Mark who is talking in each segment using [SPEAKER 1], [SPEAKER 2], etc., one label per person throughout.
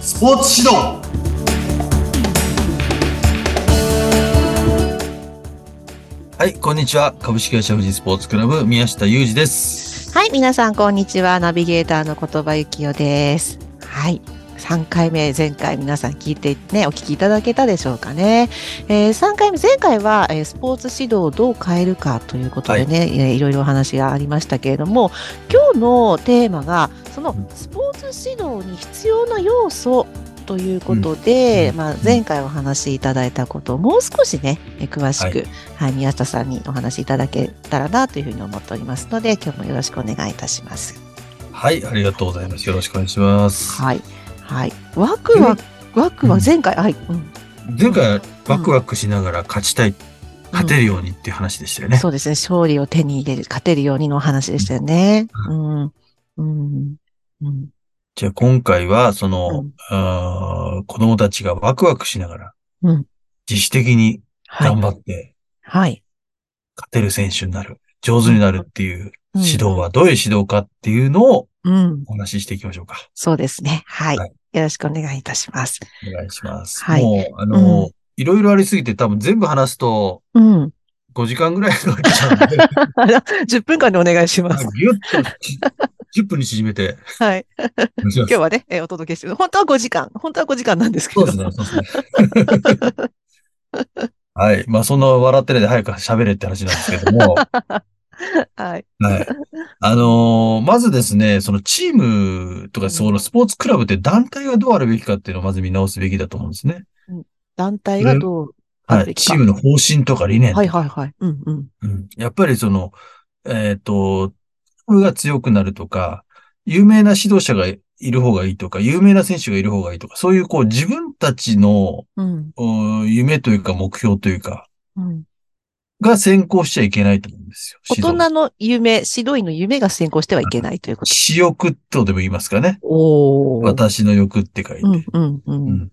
[SPEAKER 1] スポーツ指導
[SPEAKER 2] はい、こんにちは。株式会社富士スポーツクラブ、宮下裕二です。
[SPEAKER 3] はい、皆さんこんにちは。ナビゲーターの言葉ゆきよです。はい。3回目、前回皆さん聞いてね、お聞きいただけたでしょうかね。え3回目、前回は、えースポーツ指導をどう変えるかということでね、いえーいろいろお話がありましたけれども、今日のテーマが、そのスポーツ指導に必要な要素ということで、
[SPEAKER 2] うん
[SPEAKER 3] まあ、前回お話しいただいたことをもう少しね、えー詳しく、はい、宮下さんにお話しいただけたらなというふうに思っておりますので、今日もよろしくお願いいたします。
[SPEAKER 2] はい、ありがとうございます。よろしくお願いします。
[SPEAKER 3] はい。はい。ワクワク、ワクワ
[SPEAKER 2] うん
[SPEAKER 3] ク、前回、はい、うん。
[SPEAKER 2] 前回、ワクワクしながら勝ちたい、勝てるようにっていう話でしたよね。
[SPEAKER 3] そうですね。勝利を手に入れる、勝てるようにのお話でしたよね。うん。うん。うん。
[SPEAKER 2] じゃあ今回は、そ
[SPEAKER 3] うん
[SPEAKER 2] の、あー子供たちがワクワクしながら、
[SPEAKER 3] うん
[SPEAKER 2] 自主的に
[SPEAKER 3] はい。
[SPEAKER 2] 頑張って
[SPEAKER 3] はい。
[SPEAKER 2] 勝てる選手になる、上手になるっていう
[SPEAKER 3] うん
[SPEAKER 2] 指導はどういう指導かっていうのを
[SPEAKER 3] うん。
[SPEAKER 2] お話ししていきましょうか。
[SPEAKER 3] そうですね。はい。
[SPEAKER 2] は
[SPEAKER 3] よろしくお願いいたします。
[SPEAKER 2] お願いします。
[SPEAKER 3] はい
[SPEAKER 2] もう、あの、
[SPEAKER 3] う
[SPEAKER 2] いろいろありすぎて多分全部話すと
[SPEAKER 3] うん。
[SPEAKER 2] 5時間ぐらいかかっちゃうん で、
[SPEAKER 3] 10分間でお願いします。
[SPEAKER 2] ぎゅっと10分に縮めて、
[SPEAKER 3] はい。
[SPEAKER 2] お願いします
[SPEAKER 3] 今日はね、えーお届けしてる。本当は5時間。本当は5時間なんですけ
[SPEAKER 2] そ
[SPEAKER 3] ど。
[SPEAKER 2] うですね、そうですね。はい。まあ、そんな笑ってないで早く喋れって話なんですけど も、は
[SPEAKER 3] はい。
[SPEAKER 2] い。あのーまずですね、そのチームとか、そのスポーツクラブって団体がどうあるべきかっていうのをまず見直すべきだと思うんですね。
[SPEAKER 3] 団体がどうあ
[SPEAKER 2] は
[SPEAKER 3] るべ
[SPEAKER 2] い。
[SPEAKER 3] きか
[SPEAKER 2] チームの方針とか理念とか
[SPEAKER 3] はいはいはい。うんうん。
[SPEAKER 2] うんやっぱりその、えっ、と、チームが強くなるとか、有名な指導者がいる方がいいとか、有名な選手がいる方がいいとか、そういうこう自分たちの
[SPEAKER 3] うん。
[SPEAKER 2] お夢というか目標というか、
[SPEAKER 3] うん、
[SPEAKER 2] が先行しちゃいけないと思うんですよ。
[SPEAKER 3] 大人
[SPEAKER 2] 指導
[SPEAKER 3] の夢、指導員の夢が先行してはいけないということ。
[SPEAKER 2] 私欲とでも言いますかね。
[SPEAKER 3] おー。
[SPEAKER 2] 私の欲って書いて。
[SPEAKER 3] うんうんう。
[SPEAKER 2] うんん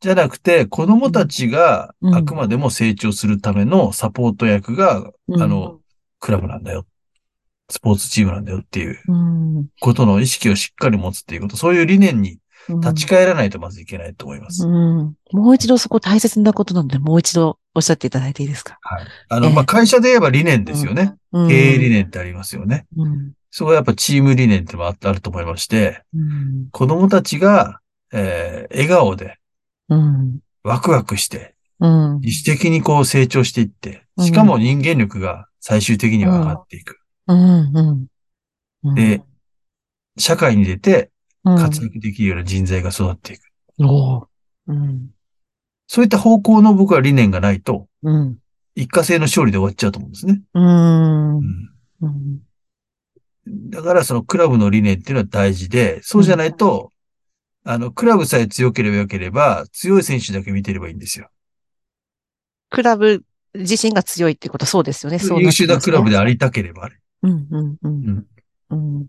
[SPEAKER 2] じゃなくて、子供たちが
[SPEAKER 3] うん
[SPEAKER 2] あくまでも成長するためのサポート役が
[SPEAKER 3] うん
[SPEAKER 2] あの、クラブなんだよ。スポーツチームなんだよっていう
[SPEAKER 3] うん。
[SPEAKER 2] ことの意識をしっかり持つっていうこと、そういう理念に立ち返らないとまずいけないと思います。
[SPEAKER 3] うん。もう一度そこ大切なことなので、もう一度おっしゃっていただいていいですか。
[SPEAKER 2] はい。あの、
[SPEAKER 3] ええ
[SPEAKER 2] まあ、会社で言えば理念ですよね。
[SPEAKER 3] うん
[SPEAKER 2] 経営理念ってありますよね。
[SPEAKER 3] うん。
[SPEAKER 2] そこはやっぱチーム理念ってのもああると思いまして、
[SPEAKER 3] うん。
[SPEAKER 2] 子供たちが、えー笑顔で、
[SPEAKER 3] うん。
[SPEAKER 2] ワクワクして、
[SPEAKER 3] うん。
[SPEAKER 2] 自主的にこう成長していって、しかも人間力が最終的には上がっていく。
[SPEAKER 3] うん。うん。
[SPEAKER 2] で、社会に出て
[SPEAKER 3] うん、
[SPEAKER 2] 活躍できるような人材が育っていく。
[SPEAKER 3] おーうん。
[SPEAKER 2] そういった方向の僕は理念がないと、
[SPEAKER 3] うん。
[SPEAKER 2] 一過性の勝利で終わっちゃうと思うんですね。
[SPEAKER 3] うん。
[SPEAKER 2] うん
[SPEAKER 3] うん。
[SPEAKER 2] だからそのクラブの理念っていうのは大事で、そうじゃないと、あの、クラブさえ強ければよければ、強い選手だけ見てればいいんですよ。
[SPEAKER 3] クラブ自身が強いっていうこと、そうですよね。そう
[SPEAKER 2] 優秀なクラブ
[SPEAKER 3] で。
[SPEAKER 2] でありたければあれ。
[SPEAKER 3] うんうんうん。うん、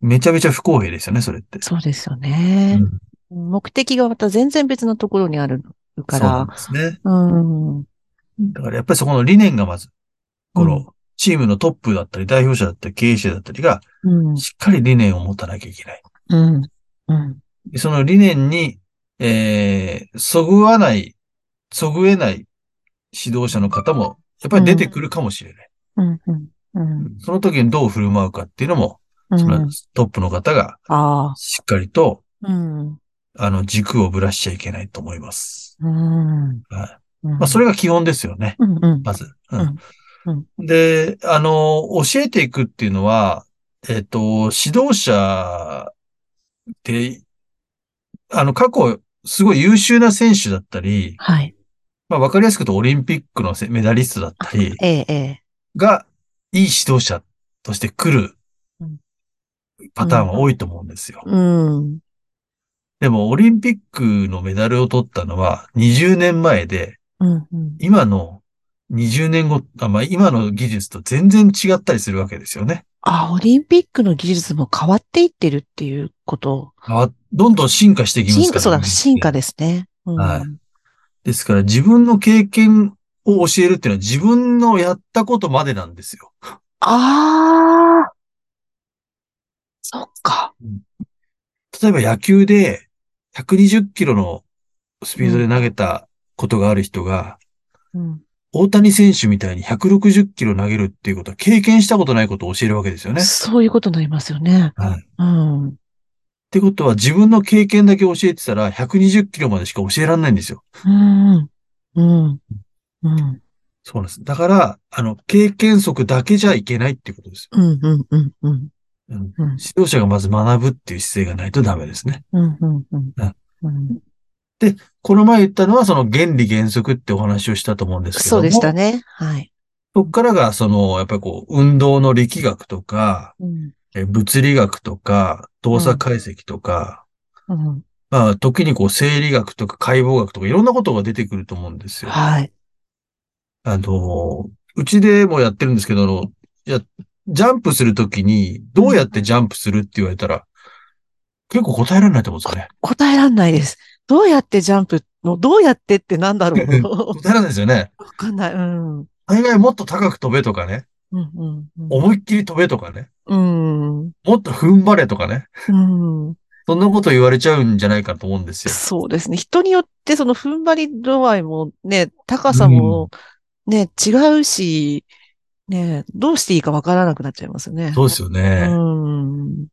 [SPEAKER 2] めちゃめちゃ不公平ですよね、それって。
[SPEAKER 3] そうですよ
[SPEAKER 2] う
[SPEAKER 3] ね、
[SPEAKER 2] ん
[SPEAKER 3] 目的がまた全然別のところにあるか
[SPEAKER 2] そうなん
[SPEAKER 3] ら。
[SPEAKER 2] ですね。
[SPEAKER 3] うん。うん
[SPEAKER 2] だからやっぱりそこの理念がまず、こ
[SPEAKER 3] うん
[SPEAKER 2] の、チームのトップだったり、代表者だったり、経営者だったりが、。しっかり理念を持たなきゃいけない。
[SPEAKER 3] うん。うん。
[SPEAKER 2] でその理念に、えー、そぐわない、そぐえない指導者の方も、やっぱり出てくるかもしれない。
[SPEAKER 3] うん。うん。
[SPEAKER 2] その時にどう振る舞うかっていうのも、
[SPEAKER 3] う
[SPEAKER 2] そ
[SPEAKER 3] ん
[SPEAKER 2] の。トップの方が
[SPEAKER 3] ああ。
[SPEAKER 2] しっかりと、
[SPEAKER 3] うん。
[SPEAKER 2] あの、軸をぶらしちゃいけないと思います。
[SPEAKER 3] うん。
[SPEAKER 2] はい。
[SPEAKER 3] ま
[SPEAKER 2] まあ、それ
[SPEAKER 3] が、
[SPEAKER 2] が基本ですよね。
[SPEAKER 3] うん。うん。
[SPEAKER 2] まず。う
[SPEAKER 3] う
[SPEAKER 2] ん
[SPEAKER 3] ん
[SPEAKER 2] で、あの、教えていくっていうのは、えっ、と、指導者って、あの、過去、すごい優秀な選手だったり、
[SPEAKER 3] はい。
[SPEAKER 2] まあ、わかりやすく言うとオリンピックのせメダリストだった り、
[SPEAKER 3] ええ、ええ。
[SPEAKER 2] が、いい指導者として来る
[SPEAKER 3] うん
[SPEAKER 2] パターンは多いと思うんですよ。
[SPEAKER 3] うん。
[SPEAKER 2] でも、オリンピックのメダルを取ったのは20年前で、
[SPEAKER 3] うん。うん。
[SPEAKER 2] 今の20年後、あまあ、今の技術と全然違ったりするわけですよね。
[SPEAKER 3] あ、オリンピックの技術も変わっていってるっていうこと。
[SPEAKER 2] あどんどん進化していきます
[SPEAKER 3] 進
[SPEAKER 2] か
[SPEAKER 3] 化、
[SPEAKER 2] ら、
[SPEAKER 3] そうだ、進化
[SPEAKER 2] で。
[SPEAKER 3] ですね。うん
[SPEAKER 2] はいですから、自分の経験を教えるっていうのは自分のやったことまでなんですよ。
[SPEAKER 3] ああ。そっか。
[SPEAKER 2] 例えば野球で、 120キロのスピードで投げたことがある人が、
[SPEAKER 3] うん
[SPEAKER 2] 大谷選手みたいに160キロ投げるっていうことは経験したことないことを教えるわけですよね。
[SPEAKER 3] そういうことになりますよね。
[SPEAKER 2] はい
[SPEAKER 3] うん。
[SPEAKER 2] ってことは自分の経験だけ教えてたら120キロまでしか教えられないんですよ。
[SPEAKER 3] うん。うん。うん。
[SPEAKER 2] そうなんです。だから、あの、経験則だけじゃいけないっていうことですよ。
[SPEAKER 3] うん。うん。うん。うん。
[SPEAKER 2] うん
[SPEAKER 3] うん
[SPEAKER 2] 指導者がまず学ぶっていう姿勢がないとダメですね。
[SPEAKER 3] うん。うん。うん。うん
[SPEAKER 2] この前言ったのはその原理原則ってお話をしたと思うんですけども。
[SPEAKER 3] そうでしたね。はい。
[SPEAKER 2] そこからがその、やっぱりこう、運動の力学とか、
[SPEAKER 3] うん。
[SPEAKER 2] え物理学とか、動作解析とか、
[SPEAKER 3] うん。
[SPEAKER 2] まあ、時にこう、生理学とか解剖学とか、いろんなことが出てくると思うんですよ。
[SPEAKER 3] はい。
[SPEAKER 2] あの、うちでもやってるんですけど、あのいやジャンプするときに、どうやってジャンプするって言われたら、結構答えられないと思うんですよね。
[SPEAKER 3] 答えらんないです。どうやってジャンプの、どうやってってなん だろう。
[SPEAKER 2] 答えられないですよね。
[SPEAKER 3] わかんない。うん。うん。
[SPEAKER 2] 大概もっと高く飛べとかね。
[SPEAKER 3] うん。うん
[SPEAKER 2] 思いっきり飛べとかね。
[SPEAKER 3] うん。
[SPEAKER 2] もっと踏ん張れとかね。
[SPEAKER 3] うん。
[SPEAKER 2] そんなこと言われちゃうんじゃないかと思うんですよ。
[SPEAKER 3] そうですね。人によってその踏ん張り度合いもね、高さもね、違うし、ね、どうしていいかわからなくなっちゃいますよね。
[SPEAKER 2] そうですよ
[SPEAKER 3] う
[SPEAKER 2] ね。
[SPEAKER 3] ん。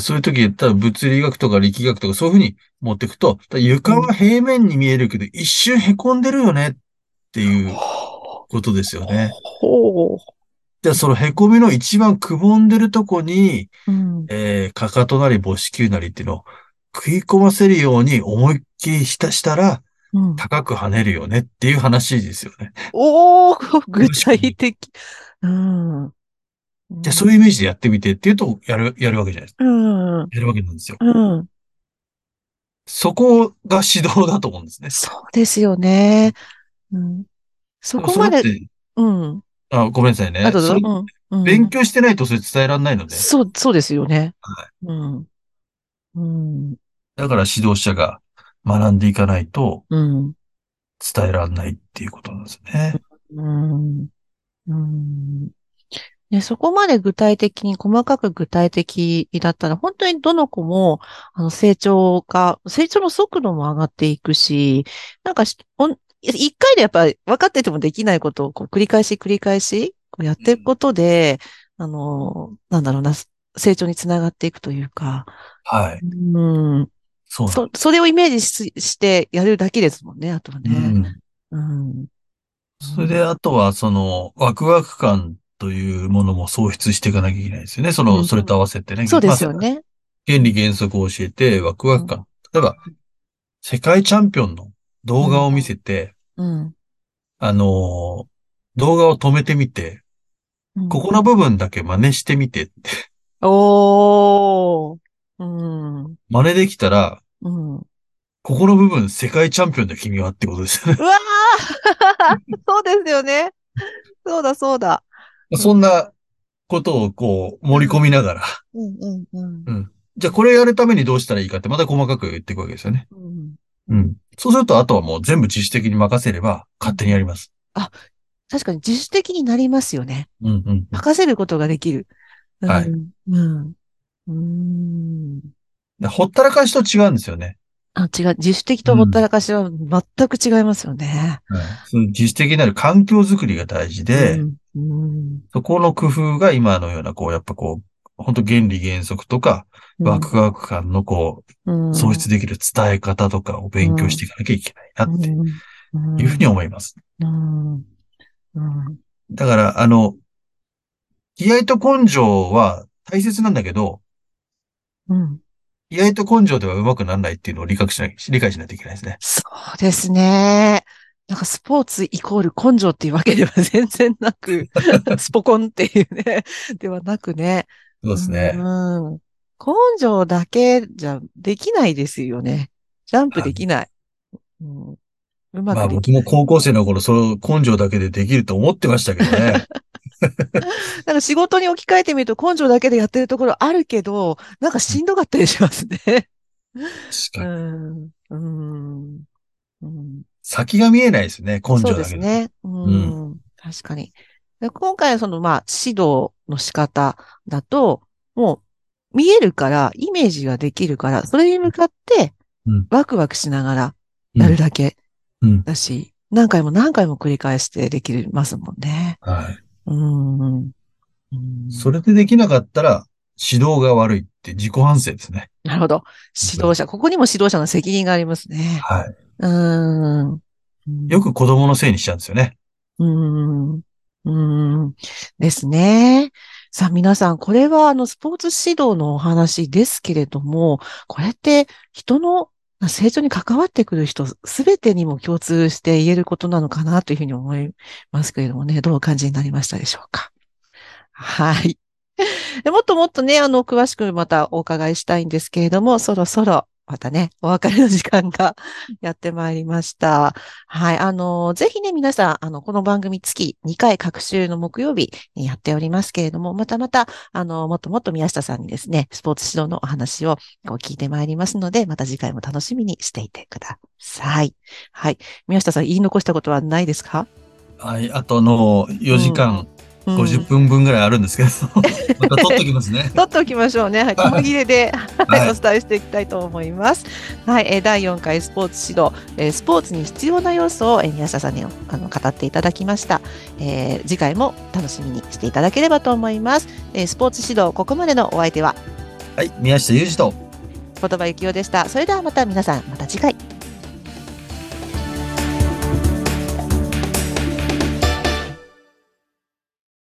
[SPEAKER 2] そういう時言ったら物理学とか力学とかそういうふうに持っていくと、だから床は平面に見えるけど、一瞬凹んでるよねっていうことですよね。
[SPEAKER 3] ほ
[SPEAKER 2] じゃあその凹みの一番くぼんでるとこに、
[SPEAKER 3] う。うん。
[SPEAKER 2] えー、かかとなり母子球なりっていうのを食い込ませるように思いっきり浸したら
[SPEAKER 3] うん、
[SPEAKER 2] 高く跳ねるよねっていう話ですよね。
[SPEAKER 3] おー、具体的。うん。
[SPEAKER 2] じゃあそういうイメージでやってみてっていうと、やる、やるわけじゃないですか。
[SPEAKER 3] うん。うん。
[SPEAKER 2] やるわけなんですよ。
[SPEAKER 3] うん。
[SPEAKER 2] そこが指導だと思うんですね。
[SPEAKER 3] そうですよね。うん。そこま
[SPEAKER 2] そ
[SPEAKER 3] で、
[SPEAKER 2] れって
[SPEAKER 3] うん。
[SPEAKER 2] あ、ごめんなさいね。
[SPEAKER 3] あと
[SPEAKER 2] それ
[SPEAKER 3] うん。うん
[SPEAKER 2] 勉強してないとそれ伝えられないので、
[SPEAKER 3] そう、そうですよね。
[SPEAKER 2] は
[SPEAKER 3] うん。うん。
[SPEAKER 2] だから指導者が学んでいかないと
[SPEAKER 3] うん。
[SPEAKER 2] 伝えられないっていうことなんですね。
[SPEAKER 3] うん。うん。ね、そこまで具体的に、細かく具体的だったら、本当にどの子も、あの、成長が、成長の速度も上がっていくし、なんかし、おん一回でやっぱり分かっててもできないことを、こう、繰り返し繰り返し、こうやっていくことで、あの、なんだろうな、成長につながっていくというか、
[SPEAKER 2] はい。
[SPEAKER 3] うん。
[SPEAKER 2] そうなん
[SPEAKER 3] そ、それをイメージししてやるだけですもんね、あとは
[SPEAKER 2] です、
[SPEAKER 3] ね。
[SPEAKER 2] うん
[SPEAKER 3] うん。
[SPEAKER 2] それで、あとは、その、ワクワク感というものも創出していかなきゃいけないですよね。そ
[SPEAKER 3] うん
[SPEAKER 2] の、それと合わせてね。
[SPEAKER 3] そうですよ
[SPEAKER 2] まあ
[SPEAKER 3] ね。
[SPEAKER 2] 原理原則を教えて、ワクワク感。例えば、世界チャンピオンの動画を見せて、
[SPEAKER 3] うん。
[SPEAKER 2] あのー動画を止めてみて、
[SPEAKER 3] うん
[SPEAKER 2] ここの部分だけ真似してみてって、
[SPEAKER 3] おー。うん。うん。
[SPEAKER 2] 真似できたら、
[SPEAKER 3] うわ
[SPEAKER 2] ここの部分世界チャンピオンだ君はってことですよね。
[SPEAKER 3] ー そうですよね。そうだ、そうだ。ん
[SPEAKER 2] そんなことをこう盛り込みながら、
[SPEAKER 3] うん、うん、うん。
[SPEAKER 2] じゃあこれやるためにどうしたらいいかってまた細かく言っていくわけですよね。
[SPEAKER 3] うん
[SPEAKER 2] うん。そうすると、あとはもう全部自主的に任せれば、勝手にやります。
[SPEAKER 3] 確かに自主的になりますよね。
[SPEAKER 2] うんうん。
[SPEAKER 3] 任せることができる。うん
[SPEAKER 2] はい。
[SPEAKER 3] うん。うん。
[SPEAKER 2] でほったらかしと違うんですよね。
[SPEAKER 3] あ、違う。自主的とほったらかしは全く違いますよね。
[SPEAKER 2] そういう自主的になる環境づくりが大事で、
[SPEAKER 3] うん、うん。
[SPEAKER 2] そこの工夫が今のような、こう、やっぱこう、本当原理原則とか、
[SPEAKER 3] うん
[SPEAKER 2] ワクワク感のこう、創出できる伝え方とかを勉強していかなきゃいけないなっていうふうに思います。
[SPEAKER 3] うんうん
[SPEAKER 2] だから、あの、気合と根性は大切なんだけど、
[SPEAKER 3] うん
[SPEAKER 2] 気合と根性では上手くならないっていうのを理解しな理解しないといけないですね。
[SPEAKER 3] そうですね。なんかスポーツイコール根性っていうわけでは全然 なく、スポコンっていうね、ではなくね。
[SPEAKER 2] そうですね。
[SPEAKER 3] うん。根性だけじゃできないですよね。ジャンプできない。うん、うま
[SPEAKER 2] まあ
[SPEAKER 3] くで
[SPEAKER 2] 僕
[SPEAKER 3] き
[SPEAKER 2] も
[SPEAKER 3] ない。
[SPEAKER 2] 高校生の頃、その根性だけでできると思ってましたけど ね。
[SPEAKER 3] なんか仕事に置き換えてみると根性だけでやってるところあるけど、なんかしんどかったりしますね。う
[SPEAKER 2] 確かに
[SPEAKER 3] ん。うん。うん
[SPEAKER 2] 先が見えないですね、根性だけ
[SPEAKER 3] そうです。ね。うん。確かに。で今回はその、まあ、指導の仕方だと、もう、見えるから、イメージができるから、それに向かって、
[SPEAKER 2] うん
[SPEAKER 3] ワクワクしながら
[SPEAKER 2] うん
[SPEAKER 3] やるだけ
[SPEAKER 2] うん。
[SPEAKER 3] だし、何回も何回も繰り返してできますもんね。
[SPEAKER 2] は
[SPEAKER 3] うんうん。うん
[SPEAKER 2] い。それでできなかったら、指導が悪いって自己反省ですね。
[SPEAKER 3] なるほど。指導者。ここにも指導者の責任がありますね。
[SPEAKER 2] は
[SPEAKER 3] うーん。
[SPEAKER 2] い。よく子供のせいにしちゃうんですよね。
[SPEAKER 3] うーん。うーん。ですね。さあ皆さん、これはあのスポーツ指導のお話ですけれども、これって人のまあ成長に関わってくる人すべてにも共通して言えることなのかなというふうに思いますけれどもね、どうお感じになりましたでしょうか。はい。でもっともっとね、あの、詳しくまたお伺いしたいんですけれども、そろそろまたね、お別れの時間がやってまいりました。はい。あの、ぜひね、皆さん、あの、この番組月2回各週の木曜日にやっておりますけれども、またまた、あの、もっともっと宮下さんにですね、スポーツ指導のお話をこう聞いてまいりますので、また次回も楽しみにしていてください。はい。宮下さん、言い残したことはないですか
[SPEAKER 2] はい。あとの4時間
[SPEAKER 3] うん
[SPEAKER 2] 50分分ぐらいあるん
[SPEAKER 3] 。
[SPEAKER 2] ですけど、また取っときますね
[SPEAKER 3] 取っておきましょうね。はい、細切れで、は、
[SPEAKER 2] はいい
[SPEAKER 3] お伝えしていきたいと思います。はい、えー第4回スポーツ指導、えースポーツに必要な要素を、えー宮下さんにあの語っていただきました、えー次回も楽しみにしていただければと思います。えースポーツ指導、ここまでのお相手は
[SPEAKER 2] はい。宮下裕二と。
[SPEAKER 3] 言葉幸雄でした。それではまた皆さん、また次回